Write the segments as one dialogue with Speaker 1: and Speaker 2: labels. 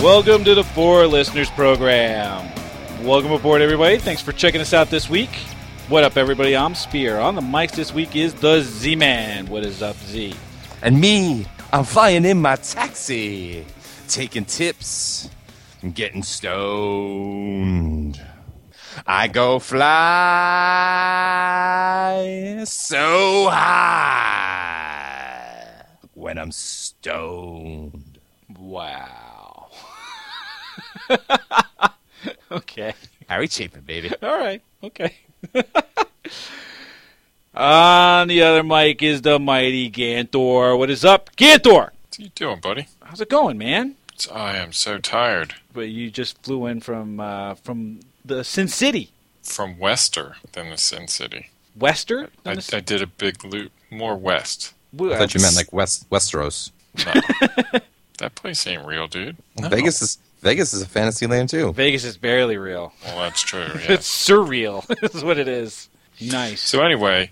Speaker 1: Welcome to the Four Listeners Program. Welcome aboard, everybody. Thanks for checking us out this week. What up, everybody? I'm Spear. On the mics this week is the Z Man. What is up, Z?
Speaker 2: And me, I'm flying in my taxi, taking tips and getting stoned. I go fly so high when I'm stoned.
Speaker 1: Wow. okay.
Speaker 2: Harry Chapin, baby.
Speaker 1: All right. Okay. On the other mic is the mighty Gantor. What is up, Gantor?
Speaker 3: What you doing, buddy?
Speaker 1: How's it going, man?
Speaker 3: It's- I am so tired.
Speaker 1: But you just flew in from uh, from the Sin City,
Speaker 3: From Wester than the Sin City.
Speaker 1: Wester.
Speaker 3: I, I did a big loop, more west.
Speaker 2: I thought you meant like West Westeros.
Speaker 3: No. that place ain't real, dude. No.
Speaker 2: Vegas is Vegas is a fantasy land too.
Speaker 1: Vegas is barely real.
Speaker 3: Well, that's true. Yeah.
Speaker 1: It's surreal. is what it is. Nice.
Speaker 3: so anyway,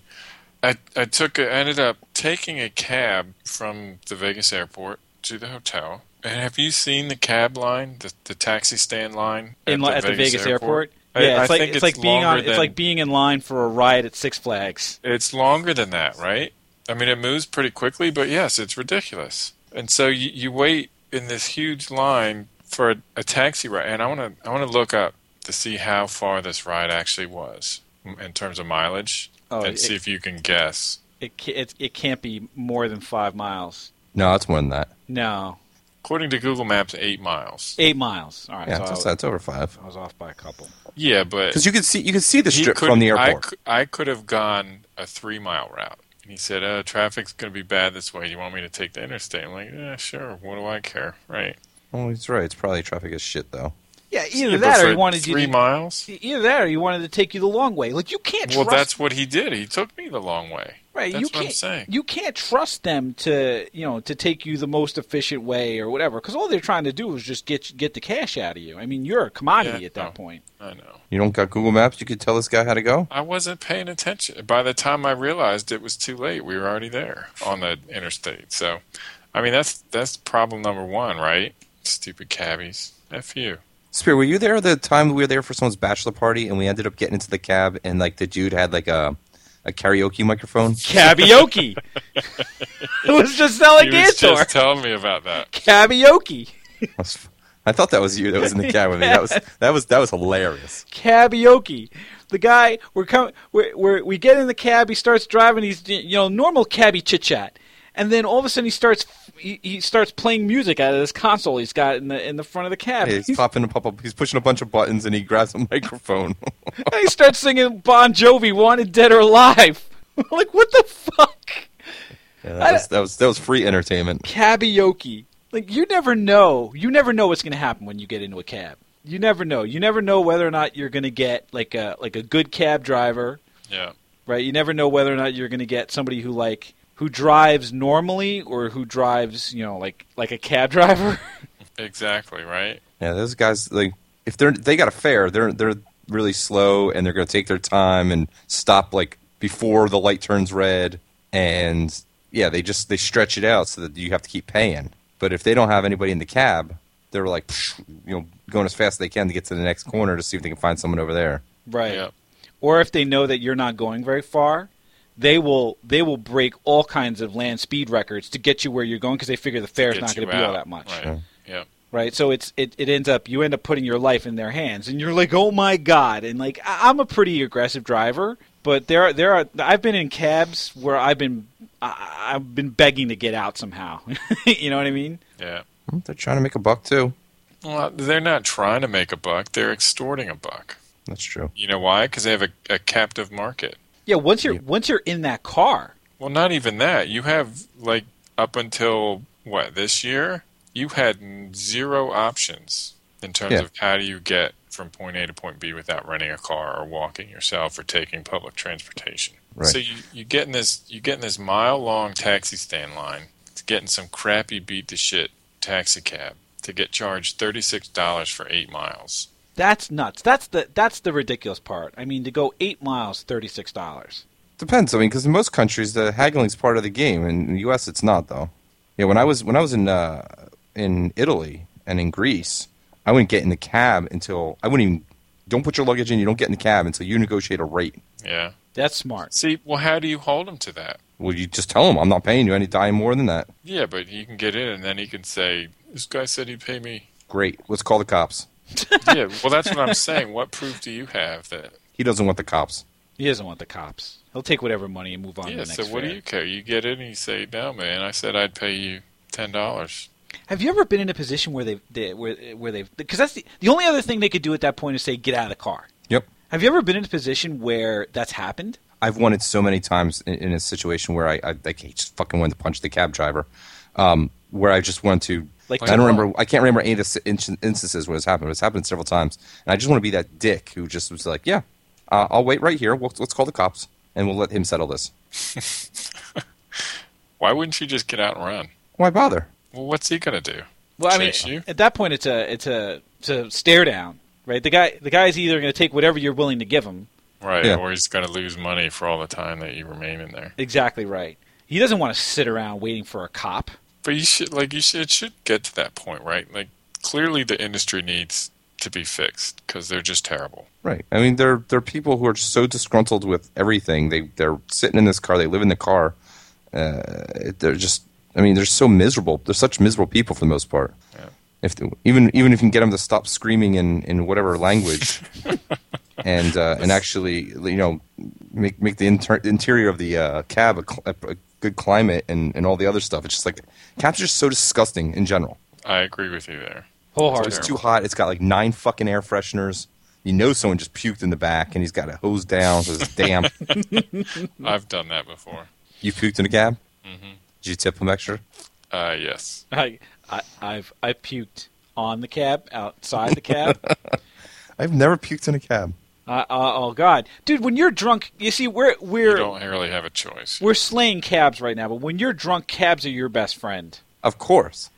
Speaker 3: I I took a, ended up taking a cab from the Vegas airport to the hotel. And have you seen the cab line, the, the taxi stand line
Speaker 1: in li- at the Vegas, airport.
Speaker 3: I-
Speaker 1: Yeah,
Speaker 3: I
Speaker 1: it's like
Speaker 3: think
Speaker 1: it's, like being on
Speaker 3: longer
Speaker 1: it's
Speaker 3: than-
Speaker 1: like being in line for a ride at Six Flags.
Speaker 3: it's longer than that, right? I mean, it moves pretty quickly, but yes, it's ridiculous. And so you, you wait in this huge line for a, a taxi ride, and I want to I want to look up to see how far this ride actually was m- in terms of mileage,
Speaker 1: Oh,
Speaker 3: and
Speaker 1: it-
Speaker 3: see if you can guess.
Speaker 1: It, ca- it it can't be more than five miles.
Speaker 2: No, it's more than that.
Speaker 1: No,
Speaker 3: According to Google Maps, eight miles.
Speaker 1: eight miles. All right,
Speaker 2: Yeah,
Speaker 1: so I,
Speaker 2: it's,
Speaker 1: was,
Speaker 2: it's over five.
Speaker 1: I was off by a couple.
Speaker 3: Yeah, but
Speaker 2: Because you could see you could see the
Speaker 3: he
Speaker 2: strip
Speaker 3: could-
Speaker 2: from the
Speaker 3: I
Speaker 2: airport.
Speaker 3: cou- I could have gone a three mile route. And he said, "Uh, traffic's going to be bad this way. You want me to take the interstate?" I'm like, "Yeah, sure. What do I care?" Right?
Speaker 2: Oh, he's right. It's probably traffic as shit though.
Speaker 1: Yeah,
Speaker 3: Yeah,
Speaker 1: either
Speaker 3: but
Speaker 1: that or
Speaker 3: for
Speaker 1: he wanted you
Speaker 3: three
Speaker 1: to, e-,
Speaker 3: miles.
Speaker 1: either that or he wanted to take you the long way. Like you can't.
Speaker 3: Well,
Speaker 1: trust,
Speaker 3: that's what he did. He took me the long way.
Speaker 1: right.
Speaker 3: That's
Speaker 1: you
Speaker 3: what
Speaker 1: can't.
Speaker 3: I'm saying.
Speaker 1: You can't trust them to you know to take you the most efficient way or whatever because all they're trying to do is just get get the cash out of you. I mean, you're a commodity
Speaker 3: Yeah,
Speaker 1: at that
Speaker 3: no.
Speaker 1: point.
Speaker 3: I know.
Speaker 2: You don't got Google Maps. You could tell this guy how to go.
Speaker 3: I wasn't paying attention. By the time I realized it was too late, we were already there on the interstate. So, I mean, that's that's problem number one, right? Stupid cabbies. F you.
Speaker 2: Spear, were you there the time we were there for someone's bachelor party and we ended up getting into the cab and like the dude had like a a karaoke microphone?
Speaker 1: Karaoke. it was just selling
Speaker 3: He was
Speaker 1: Gantor.
Speaker 3: just telling me about that.
Speaker 1: Karaoke.
Speaker 2: I was- I thought that was you that was in the cab with me. That was that was that was hilarious.
Speaker 1: Karaoke. The guy, we're coming, we're, we're, we get in the cab. He starts driving. He's you know normal cabbie chit chat, and then all of a sudden he starts he, he starts playing music out of this console he's got in the in the front of the cab.
Speaker 2: He's popping a pop up. He's pushing a bunch of buttons and he grabs a microphone.
Speaker 1: And he starts singing Bon Jovi, "Wanted Dead or Alive." like what the fuck?
Speaker 2: Yeah,
Speaker 1: I-
Speaker 2: that, was, that was that was free entertainment.
Speaker 1: Karaoke. Like you never know. You never know what's going to happen when you get into a cab. You never know. You never know whether or not you're going to get like a like a good cab driver
Speaker 3: Yeah.
Speaker 1: right? You never know whether or not you're going to get somebody who like who drives normally or who drives, you know, like like a cab driver.
Speaker 3: Exactly. Right.
Speaker 2: Yeah, those guys like if they're they got a fare, they're they're really slow and they're going to take their time and stop like before the light turns red and yeah, they just they stretch it out so that you have to keep paying. But if they don't have anybody in the cab, they're like you know going as fast as they can to get to the next corner to see if they can find someone over there.
Speaker 1: right.
Speaker 3: Yeah.
Speaker 1: Or if they know that you're not going very far, they will they will break all kinds of land speed records to get you where you're going because they figure the fare's
Speaker 3: Gets
Speaker 1: not going
Speaker 3: you
Speaker 1: to be all
Speaker 3: out.
Speaker 1: that much.
Speaker 3: Right.
Speaker 2: Yeah.
Speaker 3: Yeah.
Speaker 1: right? So it's it, it ends up you end up putting your life in their hands, and you're like, oh my god! And like I- I'm a pretty aggressive driver, but there are there are I've been in cabs where I've been I, I've been begging to get out somehow. you know what I mean?
Speaker 3: Yeah.
Speaker 2: Hmm, They're trying to make a buck too.
Speaker 3: Well, they're not trying to make a buck. They're extorting a buck.
Speaker 2: That's true.
Speaker 3: You know why? Because they have a, a captive market.
Speaker 1: Yeah. Once you're
Speaker 2: Yeah.
Speaker 1: once you're in that car,
Speaker 3: Well, not even that. You have like up until what this year, you had n- zero options in terms
Speaker 2: Yeah.
Speaker 3: of how do you get from point A to point B without renting a car or walking yourself or taking public transportation.
Speaker 2: Right.
Speaker 3: So you, you get in this you get in this mile long taxi stand line to get in some crappy beat to shit taxi cab to get charged thirty six dollars for eight miles.
Speaker 1: that's nuts. That's the that's the ridiculous part. I mean, to go eight miles, thirty six dollars.
Speaker 2: Depends. I mean, because in most countries, the haggling's part of the game. In the U.S., it's not though. Yeah, when I was when I was in uh, in Italy, and in Greece, I wouldn't get in the cab until I wouldn't even don't put your luggage in. You don't get in the cab until you negotiate a rate.
Speaker 3: Yeah.
Speaker 1: That's smart.
Speaker 3: See, well, how do you hold him to that?
Speaker 2: Well, you just tell them I'm not paying you any dime more than that.
Speaker 3: Yeah, but he can get in, and then he can say, "This guy said he'd pay me."
Speaker 2: Great. Let's call the cops.
Speaker 3: yeah. Well, that's what I'm saying. What proof do you have that?
Speaker 2: He doesn't want the cops.
Speaker 1: He doesn't want the cops. He'll take whatever money and move on to the
Speaker 3: yeah.
Speaker 1: next
Speaker 3: So what do
Speaker 1: fare.
Speaker 3: you care? You get in, and you say, "No, man, I said I'd pay you ten dollars."
Speaker 1: Have you ever been in a position where they've they, where, where they've because that's the, the only other thing they could do at that point is say get out of the car.
Speaker 2: Yep.
Speaker 1: Have you ever been in a position where that's happened?
Speaker 2: I've wanted so many times in, in a situation where I, I like just fucking wanted to punch the cab driver, um, where I just want to.
Speaker 1: Like
Speaker 2: Like I don't
Speaker 1: to-
Speaker 2: remember. I can't remember any of the s- in- instances where it's happened. But it's happened several times, and I just want to be that dick who just was like, "Yeah, uh, I'll wait right here. We'll, let's call the cops, and we'll let him settle this.
Speaker 3: Why wouldn't you just get out and run?
Speaker 2: Why bother?"
Speaker 3: Well, what's he gonna do?
Speaker 1: Well, I mean,
Speaker 3: Chase you?
Speaker 1: at that point it's a it's a it's a stare down, right? The guy the guy's either going to take whatever you're willing to give him.
Speaker 3: Right.
Speaker 2: Yeah.
Speaker 3: Or he's gonna lose money for all the time that you remain in there.
Speaker 1: Exactly right. He doesn't want to sit around waiting for a cop.
Speaker 3: But you should like you should it should get to that point, right? Like clearly the industry needs to be fixed because they're just terrible.
Speaker 2: Right. I mean, they're they're people who are just so disgruntled with everything. They they're sitting in this car. They live in the car. Uh, they're just. I mean, they're so miserable. They're such miserable people for the most part. If they- even even if you can get them to stop screaming in, in whatever language, and uh, and actually you know make make the inter- interior of the uh, cab a, cl- a good climate and, and all the other stuff. It's just like cabs are just so disgusting in general.
Speaker 3: I agree with you there.
Speaker 2: So
Speaker 1: Wholeheartedly.
Speaker 2: it's too hot. It's got like nine fucking air fresheners. You know someone just puked in the back, and he's got a hose down. So it's damn.
Speaker 1: Mm-hmm.
Speaker 3: I've done that before.
Speaker 2: You puked in a cab. Did you tip him extra?
Speaker 3: Uh, yes.
Speaker 1: I, I I've I puked on the cab, outside the cab.
Speaker 2: I've never puked in a cab.
Speaker 1: uh, uh, oh God, dude! When you're drunk, you see we're
Speaker 3: You
Speaker 1: we're
Speaker 3: don't really have a choice.
Speaker 1: we're slaying cabs right now. But when you're drunk, cabs are your best friend.
Speaker 2: Of course.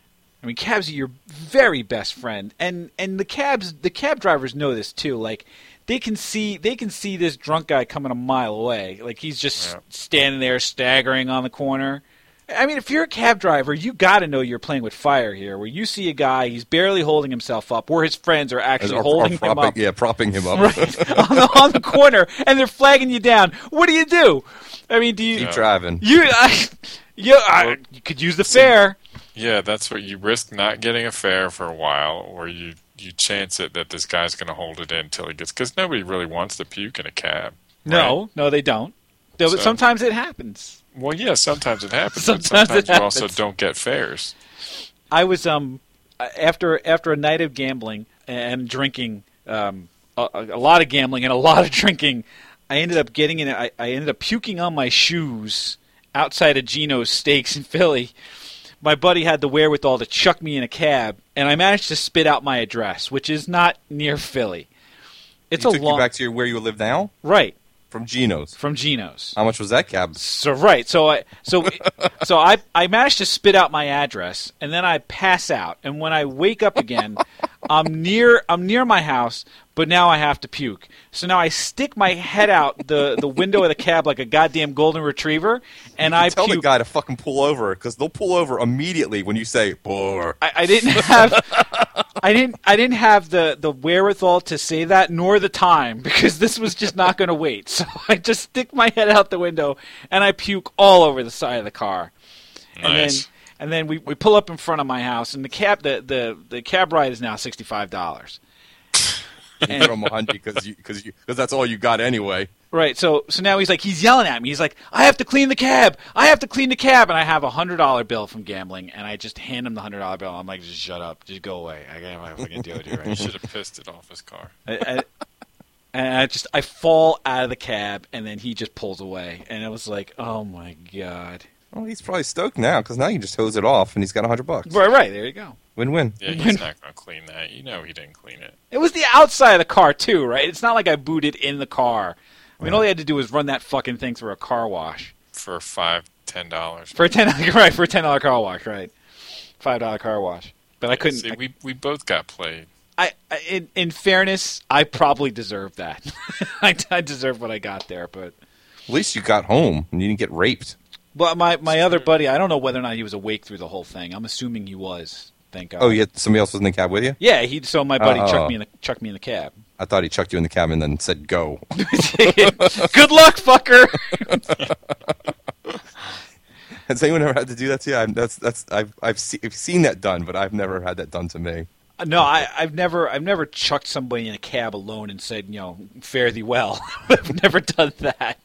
Speaker 1: I mean, cabs are your very best friend, and and the cabs the cab drivers know this too. Like they can see they can see this drunk guy coming a mile away. Like he's just
Speaker 3: Yeah.
Speaker 1: standing there staggering on the corner. I mean, if you're a cab driver, you got to know you're playing with fire here. Where you see a guy, he's barely holding himself up, or his friends are actually
Speaker 2: Or- or
Speaker 1: holding him
Speaker 2: propping,
Speaker 1: up
Speaker 2: Yeah, propping him up.
Speaker 1: on, the, on the corner, and they're flagging you down. What do you do? I mean, do you
Speaker 2: Keep driving.
Speaker 1: you I, you, I, you could use the fare?
Speaker 3: Yeah, that's what you risk not getting a fare for a while, or you you chance it that this guy's going to hold it in till he gets because nobody really wants to puke in a cab.
Speaker 1: No, no, they don't. Though, but
Speaker 3: So-
Speaker 1: sometimes it happens.
Speaker 3: Well, yeah, sometimes it happens.
Speaker 1: Sometimes
Speaker 3: but sometimes
Speaker 1: it
Speaker 3: you also
Speaker 1: happens.
Speaker 3: don't get fares.
Speaker 1: I was um after after a night of gambling and drinking, um, a, a lot of gambling and a lot of drinking, I ended up getting in. I, I ended up puking on my shoes outside of Geno's Steaks in Philly. My buddy had the wherewithal to chuck me in a cab, and I managed to spit out my address, which is not near Philly. It's
Speaker 2: he
Speaker 1: a
Speaker 2: took
Speaker 1: long
Speaker 2: you back to your, where you live now
Speaker 1: right
Speaker 2: from Geno's.
Speaker 1: from Geno's.
Speaker 2: How much was that cab?
Speaker 1: So right, so I so so I I managed to spit out my address, and then I pass out. And when I wake up again, I'm near I'm near my house, but now I have to puke. So now I stick my head out the the window of the cab like a goddamn golden retriever, and I
Speaker 2: Tell
Speaker 1: puke.
Speaker 2: the guy to fucking pull over because they'll pull over immediately when you say "poor."
Speaker 1: I, I didn't have I didn't I didn't have the, the wherewithal to say that nor the time because this was just not going to wait. So I just stick my head out the window and I puke all over the side of the car. And then
Speaker 3: Nice.
Speaker 1: and then we, we pull up in front of my house and the cab the, the, the cab ride is now sixty five dollars.
Speaker 2: You throw him a hundred because you because you because that's all you got anyway.
Speaker 1: Right, so so now he's like he's yelling at me. He's like, "I have to clean the cab. I have to clean the cab." And I have a hundred dollar bill from gambling, and I just hand him the hundred dollar bill. I'm like, "Just shut up. Just go away. I can't I fucking deal with you right now."
Speaker 3: You should have pissed it off his car.
Speaker 1: I, I, and I just I fall out of the cab, and then he just pulls away, and it was like, oh my god!
Speaker 2: Well, he's probably stoked now because now you just hose it off and he's got a hundred bucks.
Speaker 1: Right, right there you go.
Speaker 2: Win-win.
Speaker 3: Yeah, he's not going to clean that. You know he didn't clean it.
Speaker 1: It was the outside of the car too, right? It's not like I booted in the car. I mean, all he had to do was run that fucking thing through a car wash
Speaker 3: for five, ten dollars.
Speaker 1: for a ten right for a ten dollar car wash, right? Five dollar car wash. But I couldn't.
Speaker 3: See, we we both got played.
Speaker 1: I, I in, in fairness, I probably deserved that. I, I deserve what I got there, but.
Speaker 2: At least you got home and you didn't get raped.
Speaker 1: Well, my, my other buddy, I don't know whether or not he was awake through the whole thing. I'm assuming he was. Thank God.
Speaker 2: Oh, yeah, somebody else was in the cab with you.
Speaker 1: Yeah, he. So my buddy
Speaker 2: Uh,
Speaker 1: chucked
Speaker 2: uh.
Speaker 1: me in the chucked me in the cab.
Speaker 2: I thought he chucked you in the cab and then said go.
Speaker 1: Good luck, fucker.
Speaker 2: Has anyone ever had to do that to you? i that's that's I've I've, se- I've seen that done, but I've never had that done to me.
Speaker 1: No, I, I've never, I've never chucked somebody in a cab alone and said, you know, fare thee well. I've never done that.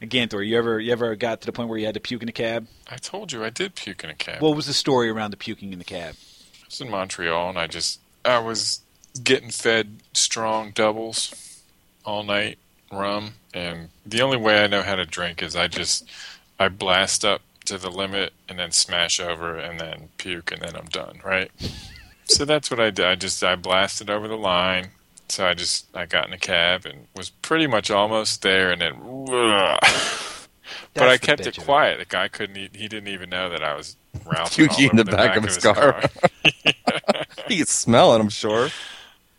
Speaker 1: Again, Thor, you ever, you ever got to the point where you had to puke in a cab?
Speaker 3: I told you I did puke in a cab.
Speaker 1: What was the story around the puking in the cab?
Speaker 3: I was in Montreal and I just I was getting fed strong doubles all night rum and the only way I know how to drink is I just I blast up to the limit and then smash over and then puke and then I'm done, right? so that's what I did. I just I blasted over the line. So I just I got in a cab and was pretty much almost there and then But
Speaker 1: That's
Speaker 3: I
Speaker 1: the
Speaker 3: kept
Speaker 1: bitch
Speaker 3: it
Speaker 1: of
Speaker 3: quiet. The guy couldn't. e- He didn't even know that I was ralphing all
Speaker 2: Puking in
Speaker 3: over
Speaker 2: the back of his car. You can smell it, I'm sure.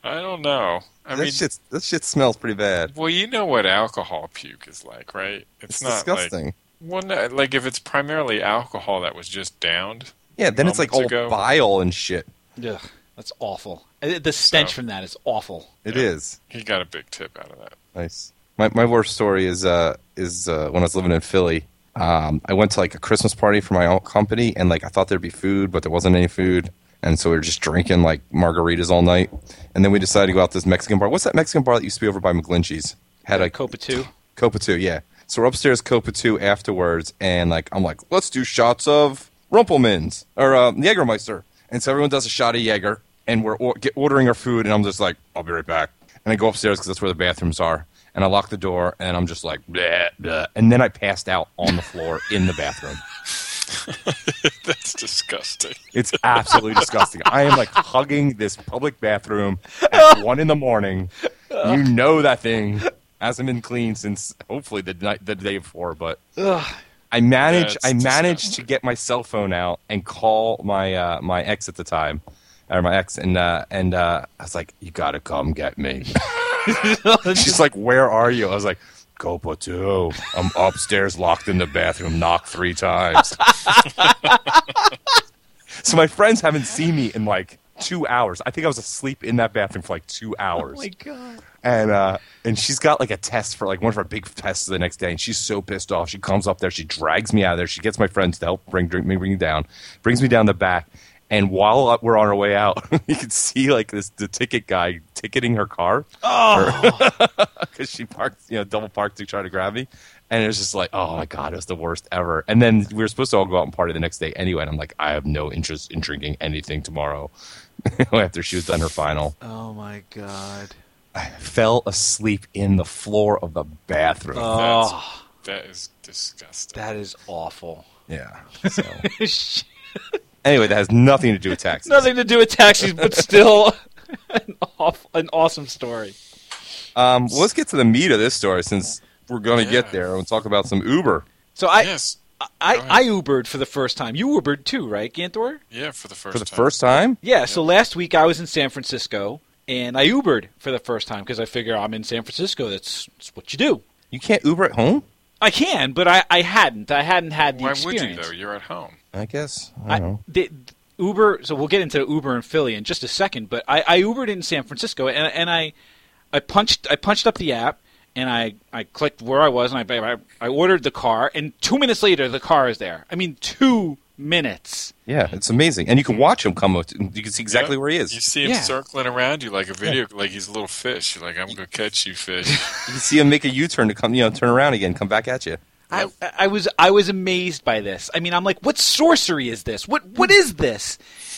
Speaker 3: I don't know. I
Speaker 2: that
Speaker 3: mean,
Speaker 2: shit that shit smells pretty bad.
Speaker 3: well, you know what alcohol puke is like, right?
Speaker 2: It's,
Speaker 3: not
Speaker 2: disgusting.
Speaker 3: like well, no, like if it's primarily alcohol that was just downed.
Speaker 2: yeah, then it's like all
Speaker 3: moments ago.
Speaker 2: bile and shit.
Speaker 1: Ugh, that's awful. Uh, The stench
Speaker 3: So-
Speaker 1: from that is awful.
Speaker 2: It is
Speaker 3: Yeah. He got a big tip out of that.
Speaker 2: nice. My my worst story is uh is uh, when I was living in Philly. Um, I went to like a Christmas party for my own company, and like I thought there'd be food, but there wasn't any food, and so we were just drinking like margaritas all night, and then we decided to go out to this Mexican bar. What's that Mexican bar that used to be over by McGlinchey's? Had a
Speaker 1: Copa two.
Speaker 2: Copa 2, yeah. So we're upstairs Copa 2 afterwards, and like I'm like, let's do shots of Rumpelmans or uh, Jägermeister. And so everyone does a shot of Jaeger, and we're or- get ordering our food, and I'm just like, I'll be right back. And I go upstairs because that's where the bathrooms are, and I lock the door, and I'm just like, bleh, bleh. and then I passed out on the floor in the bathroom.
Speaker 3: That's disgusting.
Speaker 2: It's absolutely disgusting. I am like hugging this public bathroom at one in the morning. You know that thing hasn't been clean since hopefully the night, the day before. But
Speaker 1: Ugh.
Speaker 2: I managed,
Speaker 3: That's
Speaker 2: I managed
Speaker 3: disgusting.
Speaker 2: to get my cell phone out and call my uh, my ex at the time, or my ex, and uh, and uh, I was like, "You gotta come get me." She's like, "Where are you?" I was like. Copa two. I'm upstairs, locked in the bathroom. Knock three times. So my friends haven't seen me in like two hours. I think I was asleep in that bathroom for like two
Speaker 1: Oh
Speaker 2: hours.
Speaker 1: my god.
Speaker 2: and uh, and she's got like a test for like one of her big tests the next day, and she's so pissed off. She comes up there, she drags me out of there. She gets my friends to help bring drink me bring me down, brings me down the back. And while we're on our way out, you can see like this the ticket guy ticketing her car
Speaker 1: Oh,
Speaker 2: because she parked, you know, double parked to try to grab me. And it was just like, oh my God, it was the worst ever. And then we were supposed to all go out and party the next day anyway. And I'm like, I have no interest in drinking anything tomorrow after she was done her final.
Speaker 1: oh my god.
Speaker 2: I fell asleep in the floor of the bathroom.
Speaker 3: That's,
Speaker 1: Oh,
Speaker 3: that is disgusting.
Speaker 1: that is awful.
Speaker 2: yeah. So,
Speaker 1: Shit.
Speaker 2: anyway, that has nothing to do with taxes.
Speaker 1: Nothing to do with taxis, but still an, off, an awesome story.
Speaker 2: Um, well, let's get to the meat of this story since we're going to
Speaker 3: Yeah.
Speaker 2: get there and talk about some Uber.
Speaker 1: So I,
Speaker 3: yes.
Speaker 1: I, I,
Speaker 3: Go ahead.
Speaker 1: I Ubered for the first time. You Ubered too, right, Gantor?
Speaker 3: Yeah, for the first
Speaker 2: For the
Speaker 3: time.
Speaker 2: first time?
Speaker 1: Yeah, so last week I was in San Francisco and I Ubered for the first time because I figure I'm in San Francisco. That's, that's what you do.
Speaker 2: You can't Uber at home?
Speaker 1: I can, but I, I hadn't. I hadn't had the
Speaker 3: Why would
Speaker 1: experience.
Speaker 3: you though? You're at home.
Speaker 2: I guess. I
Speaker 1: I,
Speaker 2: don't know.
Speaker 1: the, Uber. So we'll get into Uber in Philly in just a second, but I, I Ubered in San Francisco, and, and I, I punched I punched up the app, and I, I clicked where I was, and I, I I ordered the car, and two minutes later the car is there. I mean, two minutes.
Speaker 2: Yeah, it's amazing, and you can watch him come. up to- You can see exactly
Speaker 3: Yep.
Speaker 2: where he
Speaker 3: You
Speaker 2: is.
Speaker 3: see him
Speaker 1: Yeah.
Speaker 3: circling around you like a video, like he's a little fish. You're like, I'm gonna catch you, fish.
Speaker 2: You can see him make a U turn to come, you know, turn around again, come back at you.
Speaker 1: I, I was I was amazed by this. I mean, I'm like, what sorcery is this? What what is this?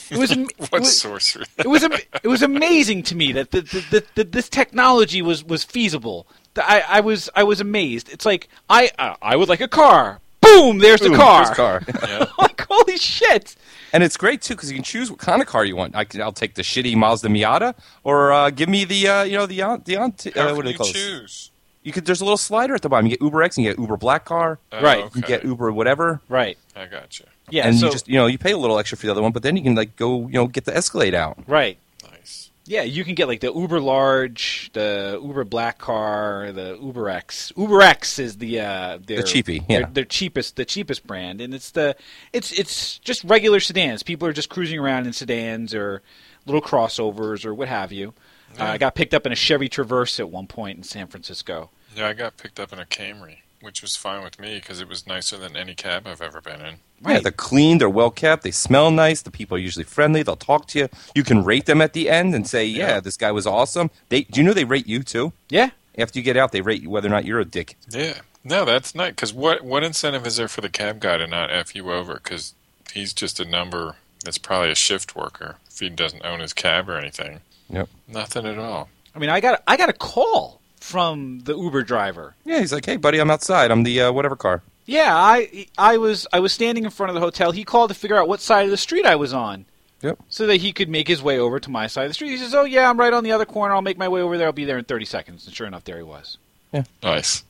Speaker 1: It was am- it
Speaker 3: what
Speaker 1: was-
Speaker 3: sorcery?
Speaker 1: it was am- it was amazing to me that the, the, the, the, this technology was was feasible. The- I, I was I was amazed. It's like I uh, I would like a car. Boom! There's the
Speaker 2: Boom,
Speaker 1: car.
Speaker 2: there's car.
Speaker 3: yeah.
Speaker 1: like holy shit!
Speaker 2: and it's great too because you can choose what kind of car you want. I can, I'll take the shitty Mazda Miata, or uh, give me the uh, you know the aunt, the aunt,
Speaker 3: How
Speaker 2: uh,
Speaker 3: can
Speaker 2: what do they
Speaker 3: you
Speaker 2: call it?
Speaker 3: choose?
Speaker 2: You could there's a little slider at the bottom. You get Uber X, and you get Uber Black Car,
Speaker 3: Oh,
Speaker 1: Right.
Speaker 2: you
Speaker 3: okay.
Speaker 2: get Uber whatever,
Speaker 1: Right.
Speaker 3: I got you.
Speaker 1: Yeah.
Speaker 2: and
Speaker 1: so
Speaker 2: you just you know you pay a little extra for the other one, but then you can like go you know get the Escalade out.
Speaker 1: right.
Speaker 3: Nice.
Speaker 1: Yeah, you can get like the Uber large, the Uber black car, the Uber X. Uber X is the uh, their,
Speaker 2: The cheapie,
Speaker 1: their,
Speaker 2: yeah.
Speaker 1: their cheapest, the cheapest brand, and it's the it's it's just regular sedans. People are just cruising around in sedans or little crossovers or what have you. Uh, I got picked up in a Chevy Traverse at one point in San Francisco.
Speaker 3: Yeah, I got picked up in a Camry, which was fine with me because it was nicer than any cab I've ever been in.
Speaker 2: Yeah, they're clean, they're well kept, they smell nice, the people are usually friendly, they'll talk to you. You can rate them at the end and say, Yeah,
Speaker 3: Yeah.
Speaker 2: this guy was awesome. They do you know they rate you too?
Speaker 1: Yeah,
Speaker 2: After you get out, they rate you whether or not you're a dick.
Speaker 3: Yeah, no, that's not because what what incentive is there for the cab guy to not f you over? Because he's just a number that's probably a shift worker if he doesn't own his cab or anything.
Speaker 2: Yep.
Speaker 3: Nothing at all.
Speaker 1: I mean, I got I got a call from the Uber driver.
Speaker 2: Yeah, he's like, Hey buddy, I'm outside, I'm the uh, whatever car.
Speaker 1: Yeah, I I was I was standing in front of the hotel. He called to figure out what side of the street I was on.
Speaker 2: Yep.
Speaker 1: So that he could make his way over to my side of the street. He says, "Oh yeah, I'm right on the other corner. I'll make my way over there. I'll be there in 30 seconds." And sure enough, there he was.
Speaker 3: Nice,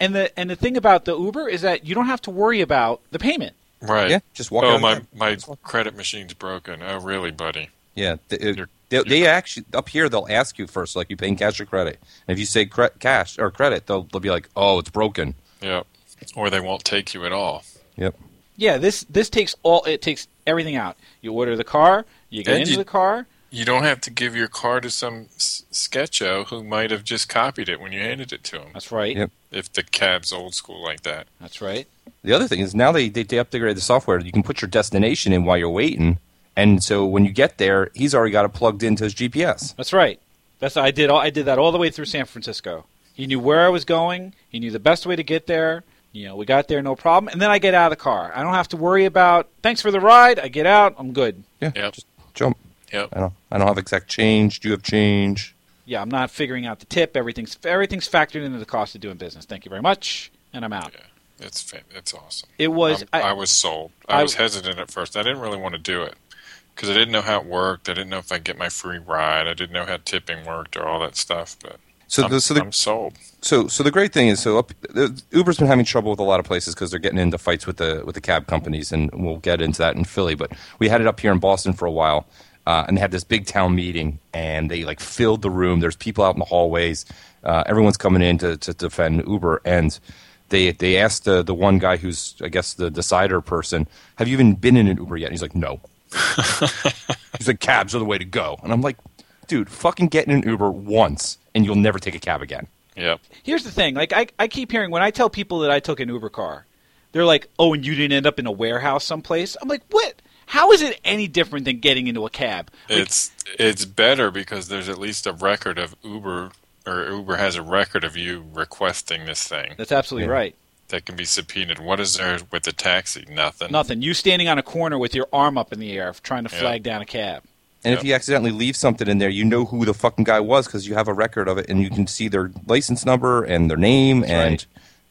Speaker 1: And the and the thing about the Uber is that you don't have to worry about the payment.
Speaker 3: right?
Speaker 2: Yeah, just walk out
Speaker 3: oh
Speaker 2: of
Speaker 3: my
Speaker 2: the-
Speaker 3: my credit machine's broken. Oh really, buddy?
Speaker 2: Yeah, they, it-
Speaker 3: You're-
Speaker 2: they,
Speaker 3: you're-
Speaker 2: they actually up here they'll ask you first, like you paying cash or credit. And if you say cre- cash or credit, they'll they'll be like, "Oh, it's broken."
Speaker 3: Yep. Or they won't take you at all.
Speaker 2: Yep.
Speaker 1: Yeah, this this takes all it takes everything out. You order the car, you get
Speaker 3: And
Speaker 1: into
Speaker 3: you-
Speaker 1: the car.
Speaker 3: You don't have to give your car to some s- sketcho who might have just copied it when you handed it to him.
Speaker 1: That's right.
Speaker 2: Yep.
Speaker 3: If the cab's old school like that.
Speaker 1: That's right.
Speaker 2: The other thing is now they they, they upgrade the software. You can put your destination in while you're waiting, and so when you get there, he's already got it plugged into his GPS.
Speaker 1: That's right. That's I did all I did that all the way through San Francisco. He knew where I was going. He knew the best way to get there. You know, we got there no problem. And then I get out of the car. I don't have to worry about thanks for the ride. I get out. I'm good.
Speaker 2: Yeah.
Speaker 3: Yep.
Speaker 2: Just jump.
Speaker 3: Yep.
Speaker 2: I don't I don't have exact change. Do you have change?
Speaker 1: Yeah, I'm not figuring out the tip. Everything's everything's factored into the cost of doing business. Thank you very much. And I'm out.
Speaker 3: Yeah. It's fa- it's awesome.
Speaker 1: It was
Speaker 3: I'm-
Speaker 1: I,
Speaker 3: I, was sold. I,
Speaker 1: I-
Speaker 3: was hesitant at first. I didn't really want to do it because I didn't know how it worked. I didn't know if I'd get my free ride. I didn't know how tipping worked or all that stuff. But
Speaker 2: So
Speaker 3: I'm,
Speaker 2: the, so the
Speaker 3: I'm sold.
Speaker 2: So, so the great thing is, so up, the, Uber's been having trouble with a lot of places because they're getting into fights with the with the cab companies, and we'll get into that in Philly. But we had it up here in Boston for a while, uh, and they had this big town meeting, and they like filled the room. There's people out in the hallways. Uh, everyone's coming in to, to defend Uber, and they they asked the the one guy who's I guess the decider person, "Have you even been in an Uber yet?" And he's like, "No." he's like, "Cabs are the way to go," and I'm like, "Dude, fucking get in an Uber once, and you'll never take a cab again."
Speaker 3: Yep.
Speaker 1: Here's the thing. Like I, I keep hearing when I tell people that I took an Uber car, they're like, "Oh, and you didn't end up in a warehouse someplace." I'm like, "What? How is it any different than getting into a cab?" Like,
Speaker 3: it's it's better because there's at least a record of Uber or Uber has a record of you requesting this thing
Speaker 1: that's absolutely
Speaker 2: Yeah.
Speaker 1: right.
Speaker 3: that can be subpoenaed. What is there with the taxi? Nothing.
Speaker 1: Nothing. You standing on a corner with your arm up in the air trying to
Speaker 3: Yeah.
Speaker 1: flag down a cab.
Speaker 2: And if
Speaker 3: Yep.
Speaker 2: you accidentally leave something in there, you know who the fucking guy was because you have a record of it, and you can see their license number and their name, and
Speaker 1: right.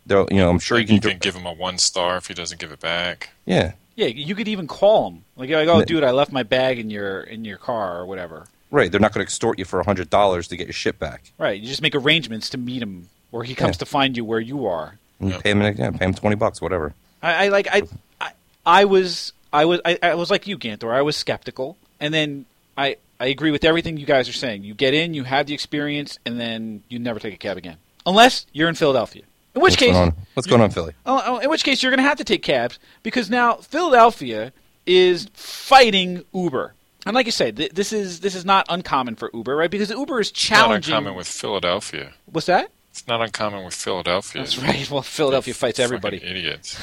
Speaker 2: they'll you know, I'm sure you
Speaker 3: Like,
Speaker 2: can,
Speaker 3: you
Speaker 2: do
Speaker 3: can give him a one star if he doesn't give it back.
Speaker 2: yeah,
Speaker 1: Yeah, you could even call them. Like, you're like, "Oh,
Speaker 2: N-
Speaker 1: dude, I left my bag in your in your car or whatever."
Speaker 2: right. They're not going to extort you for hundred dollars to get your shit back,
Speaker 1: Right. You just make arrangements to meet him, or he comes
Speaker 2: Yeah.
Speaker 1: to find you where you are.
Speaker 2: and you
Speaker 3: Yep.
Speaker 2: pay them, yeah, pay them twenty bucks, whatever.
Speaker 1: I, I like I, I I was I was I, I was like you, Ganthor. I was skeptical, and then I I agree with everything you guys are saying. You get in, you have the experience, and then you never take a cab again, unless you're in Philadelphia. In which
Speaker 2: What's
Speaker 1: case,
Speaker 2: going on? What's going on, Philly?
Speaker 1: oh, oh, in which case you're going to have to take cabs because now Philadelphia is fighting Uber. And like you said, th- this is this is not uncommon for Uber, right? Because Uber is
Speaker 3: It's not
Speaker 1: challenging.
Speaker 3: uncommon with Philadelphia.
Speaker 1: What's that?
Speaker 3: It's not uncommon with Philadelphia.
Speaker 1: That's right. Well, Philadelphia fights
Speaker 3: Fucking
Speaker 1: everybody,
Speaker 3: Idiots.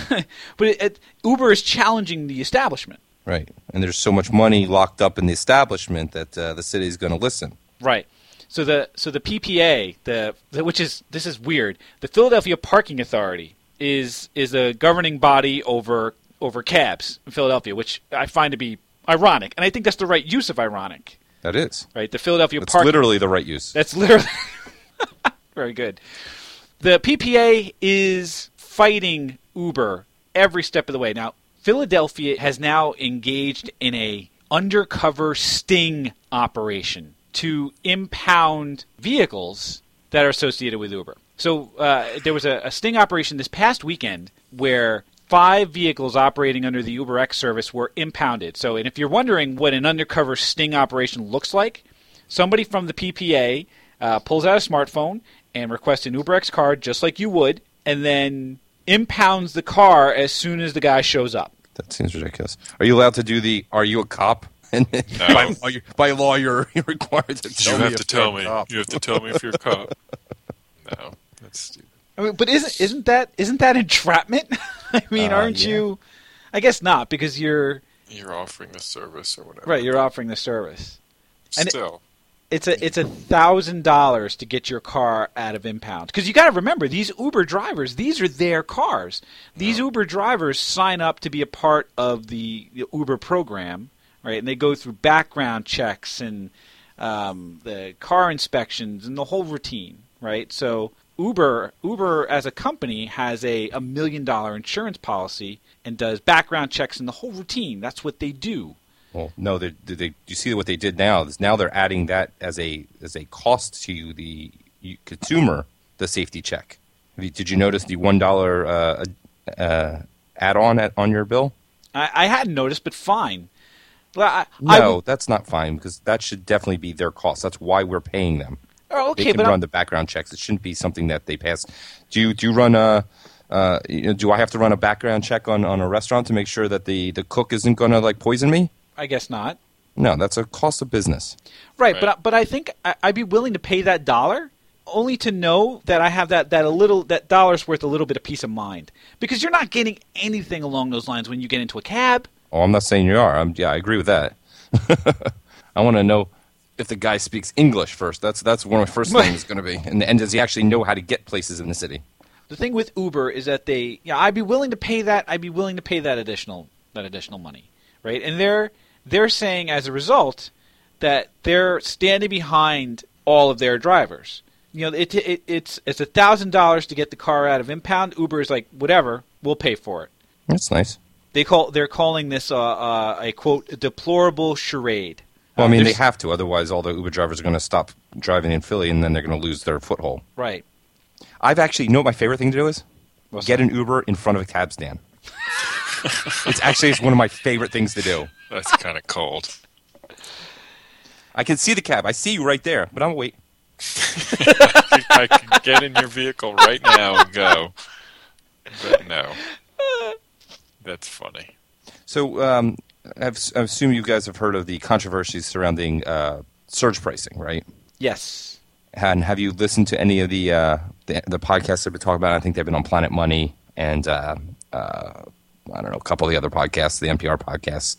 Speaker 1: but it, it, Uber is challenging the establishment.
Speaker 2: Right, and there's so much money locked up in the establishment that uh, the city's going to listen.
Speaker 1: Right. So the so the PPA, the, the which is this is weird. The Philadelphia Parking Authority is is a governing body over over cabs in Philadelphia, which I find to be ironic, and I think that's the right use of ironic.
Speaker 2: That is,
Speaker 1: Right. The Philadelphia
Speaker 2: that's
Speaker 1: Parking.
Speaker 2: literally the right use.
Speaker 1: That's literally very good. The PPA is fighting Uber every step of the way. Now, Philadelphia has now engaged in a undercover sting operation to impound vehicles that are associated with Uber. So uh, there was a, a sting operation this past weekend where five vehicles operating under the UberX service were impounded. So, and if you're wondering what an undercover sting operation looks like, somebody from the PPA uh, pulls out a smartphone and requests an UberX card just like you would, and then impounds the car as soon as the guy shows up.
Speaker 2: That seems ridiculous. Are you allowed to do the? Are you a cop? And by, law, you're- by law, you're, you're required to tell
Speaker 3: you
Speaker 2: me
Speaker 3: have
Speaker 2: if
Speaker 3: to
Speaker 2: you're a
Speaker 3: tell me.
Speaker 2: cop.
Speaker 3: You have to tell me if you're a cop. No, that's stupid.
Speaker 1: I mean, but isn't isn't that isn't that entrapment? I mean,
Speaker 2: Uh,
Speaker 1: aren't
Speaker 2: yeah.
Speaker 1: you? I guess not because you're
Speaker 3: You're offering the service or whatever.
Speaker 1: right. You're offering the service. and it-
Speaker 3: Still,
Speaker 1: It's a it's a thousand dollars to get your car out of impound because you got to remember these Uber drivers. These are their cars. These Uber drivers sign up to be a part of the, the Uber program, right? And they go through background checks and um, the car inspections and the whole routine, right? So Uber Uber as a company has a a million dollar insurance policy and does background checks and the whole routine. That's what they do.
Speaker 2: Well, no, they, they, they, you see what they did now. Is now they're adding that as a as a cost to the consumer, the safety check. Have you- Did you notice the one dollar uh, uh, add on at, on your bill?
Speaker 1: I, I hadn't noticed, but fine. Well, I, I
Speaker 2: No, that's not fine because that should definitely be their cost. That's why we're paying them.
Speaker 1: Oh,
Speaker 2: They
Speaker 1: okay,
Speaker 2: can
Speaker 1: but
Speaker 2: run
Speaker 1: I'm,
Speaker 2: the background checks. It shouldn't be something that they pass. Do you do you run a uh, you know, do I have to run a background check on, on a restaurant to make sure that the, the cook isn't going to like poison me?
Speaker 1: I guess not.
Speaker 2: No, that's a cost of business.
Speaker 1: Right,
Speaker 3: Right.
Speaker 1: but I- but I think I, I'd be willing to pay that dollar only to know that I have that that a little that dollar's worth a little bit of peace of mind because you're not getting anything along those lines when you get into a cab.
Speaker 2: Oh, I'm not saying you are. I'm, yeah, I agree with that. I want to know if the guy speaks English first. That's that's one of my first things going to be. And, and does he actually know how to get places in the city?
Speaker 1: The thing with Uber is that they yeah I'd be willing to pay that I'd be willing to pay that additional that additional money right and they're they're saying as a result that they're standing behind all of their drivers. You know, it, it, it's it's a thousand dollars to get the car out of impound. Uber is like, whatever, we'll pay for it.
Speaker 2: That's nice.
Speaker 1: They call they're calling this uh, uh, a quote deplorable charade.
Speaker 2: Well, I
Speaker 1: Uh,
Speaker 2: mean, they
Speaker 1: there's-
Speaker 2: have to. Otherwise, all the Uber drivers are going to stop driving in Philly, and then they're going to lose their foothold.
Speaker 1: right.
Speaker 2: I've actually, you know what my favorite thing to do is?
Speaker 1: What's
Speaker 2: Get an Uber in front of a cab stand. it's actually it's one of my favorite things to do.
Speaker 3: that's kind of cold.
Speaker 2: I can see the cab. I see you right there, but I'm wait.
Speaker 3: I think I can get in your vehicle right now and go. But no, that's funny.
Speaker 2: So um, I've, I assume you guys have heard of the controversies surrounding uh, surge pricing, right?
Speaker 1: Yes.
Speaker 2: And have you listened to any of the uh, the, the podcasts that we talking about? I think they've been on Planet Money and uh, uh, I don't know a couple of the other podcasts, the NPR podcasts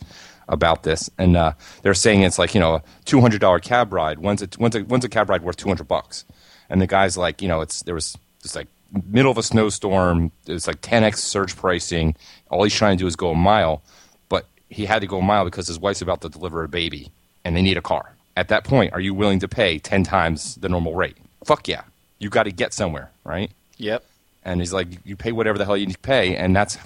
Speaker 2: about this. And uh, they're saying it's like you know a two hundred dollar cab ride. When's a when's a, when's a cab ride worth two hundred bucks? And the guy's like, you know, it's there was just like middle of a snowstorm. It's like ten x surge pricing. All he's trying to do is go a mile, but he had to go a mile because his wife's about to deliver a baby and they need a car. At that point, are you willing to pay 10 times the normal rate? Fuck yeah. You got to get somewhere, right?
Speaker 1: Yep.
Speaker 2: And he's like, you pay whatever the hell you need to pay. And that's,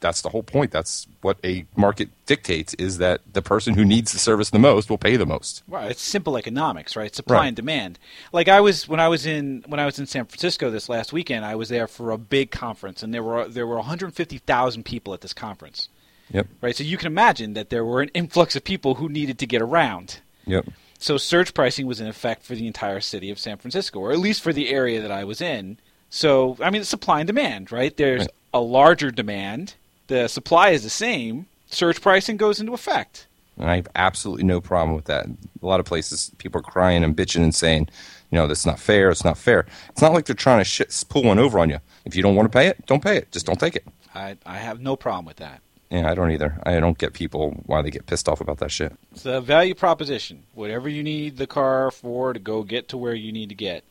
Speaker 2: that's the whole point. That's what a market dictates is that the person who needs the service the most will pay the most.
Speaker 1: Right. It's simple economics, right? Supply
Speaker 2: Right.
Speaker 1: and demand. Like I was when I was in when I was in San Francisco this last weekend, I was there for a big conference, and there were there were 150,000 people at this conference,
Speaker 2: Yep.
Speaker 1: right? So you can imagine that there were an influx of people who needed to get around.
Speaker 2: Yep.
Speaker 1: So surge pricing was in effect for the entire city of San Francisco, or at least for the area that I was in. So I mean, it's supply and demand, right? There's
Speaker 2: Right.
Speaker 1: a larger demand. The supply is the same. Surge pricing goes into effect.
Speaker 2: And I have absolutely no problem with that. A lot of places, people are crying and bitching and saying, you know, that's not fair. It's not fair. It's not like they're trying to shit, pull one over on you. If you don't want to pay it, don't pay it. Just don't take it.
Speaker 1: I, I have no problem with that.
Speaker 2: Yeah, I don't either. I don't get people why they get pissed off about that shit.
Speaker 1: It's a value proposition. Whatever you need the car for to go get to where you need to get.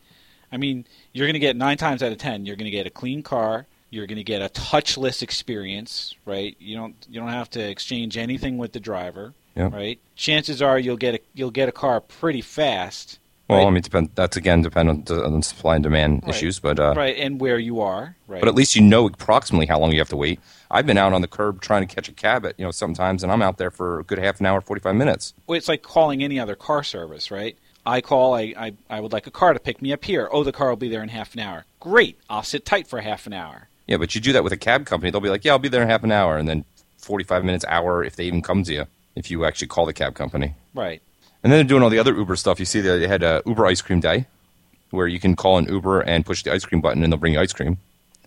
Speaker 1: I mean, you're going to get nine times out of ten, you're going to get a clean car. You're going to get a touchless experience, right? You don't you don't have to exchange anything with the driver,
Speaker 2: Yep.
Speaker 1: right? Chances are you'll get a you'll get a car pretty fast,
Speaker 2: Well,
Speaker 1: Right.
Speaker 2: I mean, depend, that's again dependent on, on supply and demand
Speaker 1: Right.
Speaker 2: issues, but uh,
Speaker 1: right? And where you are, right?
Speaker 2: but at least you know approximately how long you have to wait. I've been out on the curb trying to catch a cab at you know sometimes, and I'm out there for a good half an hour, forty five minutes.
Speaker 1: Well, it's like calling any other car service, right? I call, I, I, I would like a car to pick me up here. Oh, the car will be there in half an hour. Great, I'll sit tight for half an hour.
Speaker 2: Yeah, but you do that with a cab company, they'll be like, yeah, I'll be there in half an hour, and then forty five minutes, hour, if they even come to you, if you actually call the cab company.
Speaker 1: Right.
Speaker 2: And then they're doing all the other Uber stuff. You see, that they had a Uber ice cream day, where you can call an Uber and push the ice cream button, and they'll bring you ice cream.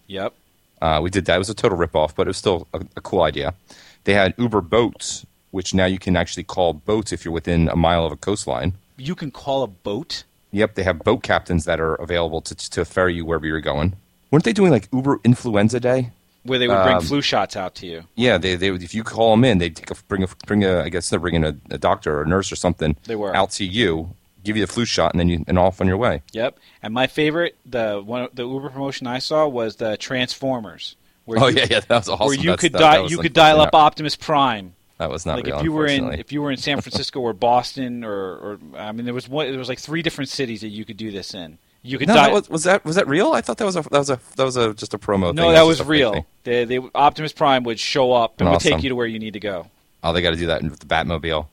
Speaker 1: Yep.
Speaker 2: Uh, we did that. It was a total ripoff, but it was still a, a cool idea. They had Uber boats, which now you can actually call boats if you're within a mile of a coastline.
Speaker 1: You can call a boat.
Speaker 2: Yep, they have boat captains that are available to to ferry you wherever you're going. Weren't they doing like Uber Influenza Day?
Speaker 1: Where they would bring
Speaker 2: Um,
Speaker 1: flu shots out to you.
Speaker 2: Yeah, they they would- if you call them in, they take a bring a bring a I guess they're bringing a, a doctor or a nurse or something.
Speaker 1: They were.
Speaker 2: out to you, give you the flu shot, and then you and off on your way.
Speaker 1: Yep. And my favorite, the one, the Uber promotion I saw was the Transformers. Where
Speaker 2: Oh
Speaker 1: you,
Speaker 2: yeah, yeah, that was awesome.
Speaker 1: Where you
Speaker 2: That's-
Speaker 1: could
Speaker 2: that-
Speaker 1: di-
Speaker 2: that was
Speaker 1: you could dial up
Speaker 2: unfortunate.
Speaker 1: Optimus Prime.
Speaker 2: That was not
Speaker 1: like
Speaker 2: real.
Speaker 1: if you were in
Speaker 2: unfortunately.
Speaker 1: if you were in San Francisco or Boston or, or I mean there was one there was like three different cities that you could do this in. You could
Speaker 2: no,
Speaker 1: dial
Speaker 2: that was, was that was that real? I thought that was a that was a that was a just a promo. thing.
Speaker 1: no
Speaker 2: That's
Speaker 1: that was
Speaker 2: just a fake
Speaker 1: real.
Speaker 2: thing.
Speaker 1: They, they Optimus Prime would show up and would
Speaker 2: Awesome.
Speaker 1: take you to where you need to go.
Speaker 2: Oh, they got to do that with the Batmobile.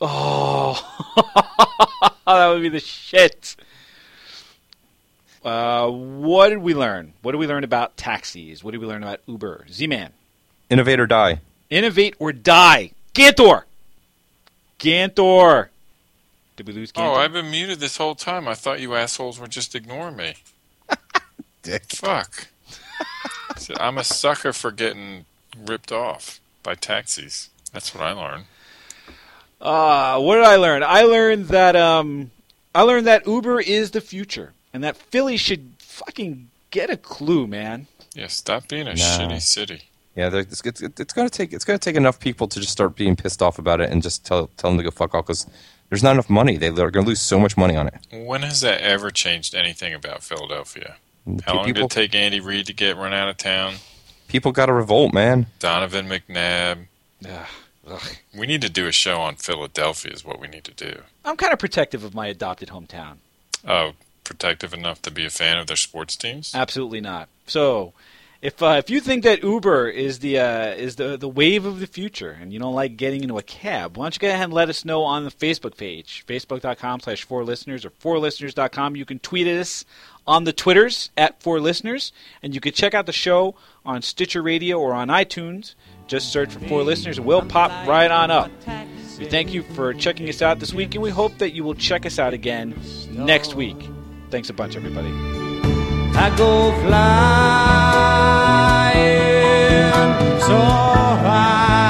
Speaker 1: Oh, that would be the shit. Uh, what did we learn? What did we learn about taxis? What did we learn about Uber? Z-Man,
Speaker 2: Innovate or die.
Speaker 1: innovate or die. Gantor, Gantor. Did we lose Gantor?
Speaker 3: Oh, I've been muted this whole time. I thought you assholes were just ignoring me.
Speaker 2: Dick.
Speaker 3: Fuck. See, I'm a sucker for getting ripped off by taxis. That's what I learned.
Speaker 1: Uh, what did I learn? I learned that um, I learned that Uber is the future, and that Philly should fucking get a clue, man.
Speaker 3: Yeah, stop being a
Speaker 2: No.
Speaker 3: shitty city.
Speaker 2: Yeah, they're- it's, it's, it's going to take it's going to take enough people to just start being pissed off about it and just tell tell them to go fuck off because there's not enough money. They, they're going to lose so much money on it.
Speaker 3: When has that ever changed anything about Philadelphia? How long did
Speaker 2: people
Speaker 3: it take Andy Reid to get run out of town?
Speaker 2: people got to revolt, man.
Speaker 3: Donovan McNabb.
Speaker 1: Ugh.
Speaker 3: We need to do a show on Philadelphia. Is what we need to do.
Speaker 1: I'm kind of protective of my adopted hometown.
Speaker 3: Oh, protective enough to be a fan of their sports teams.
Speaker 1: Absolutely not. So, if uh, if you think that Uber is the uh, is the the wave of the future, and you don't like getting into a cab, why don't you go ahead and let us know on the Facebook page, facebook.com/slash four listeners or fourlisteners.com. You can tweet at us on the Twitters at four listeners, and you can check out the show on Stitcher Radio or on iTunes. Just search for four listeners, and we'll pop right on up. We thank you for checking us out this week, and we hope that you will check us out again next week. Thanks a bunch, everybody.
Speaker 4: I go flying so high.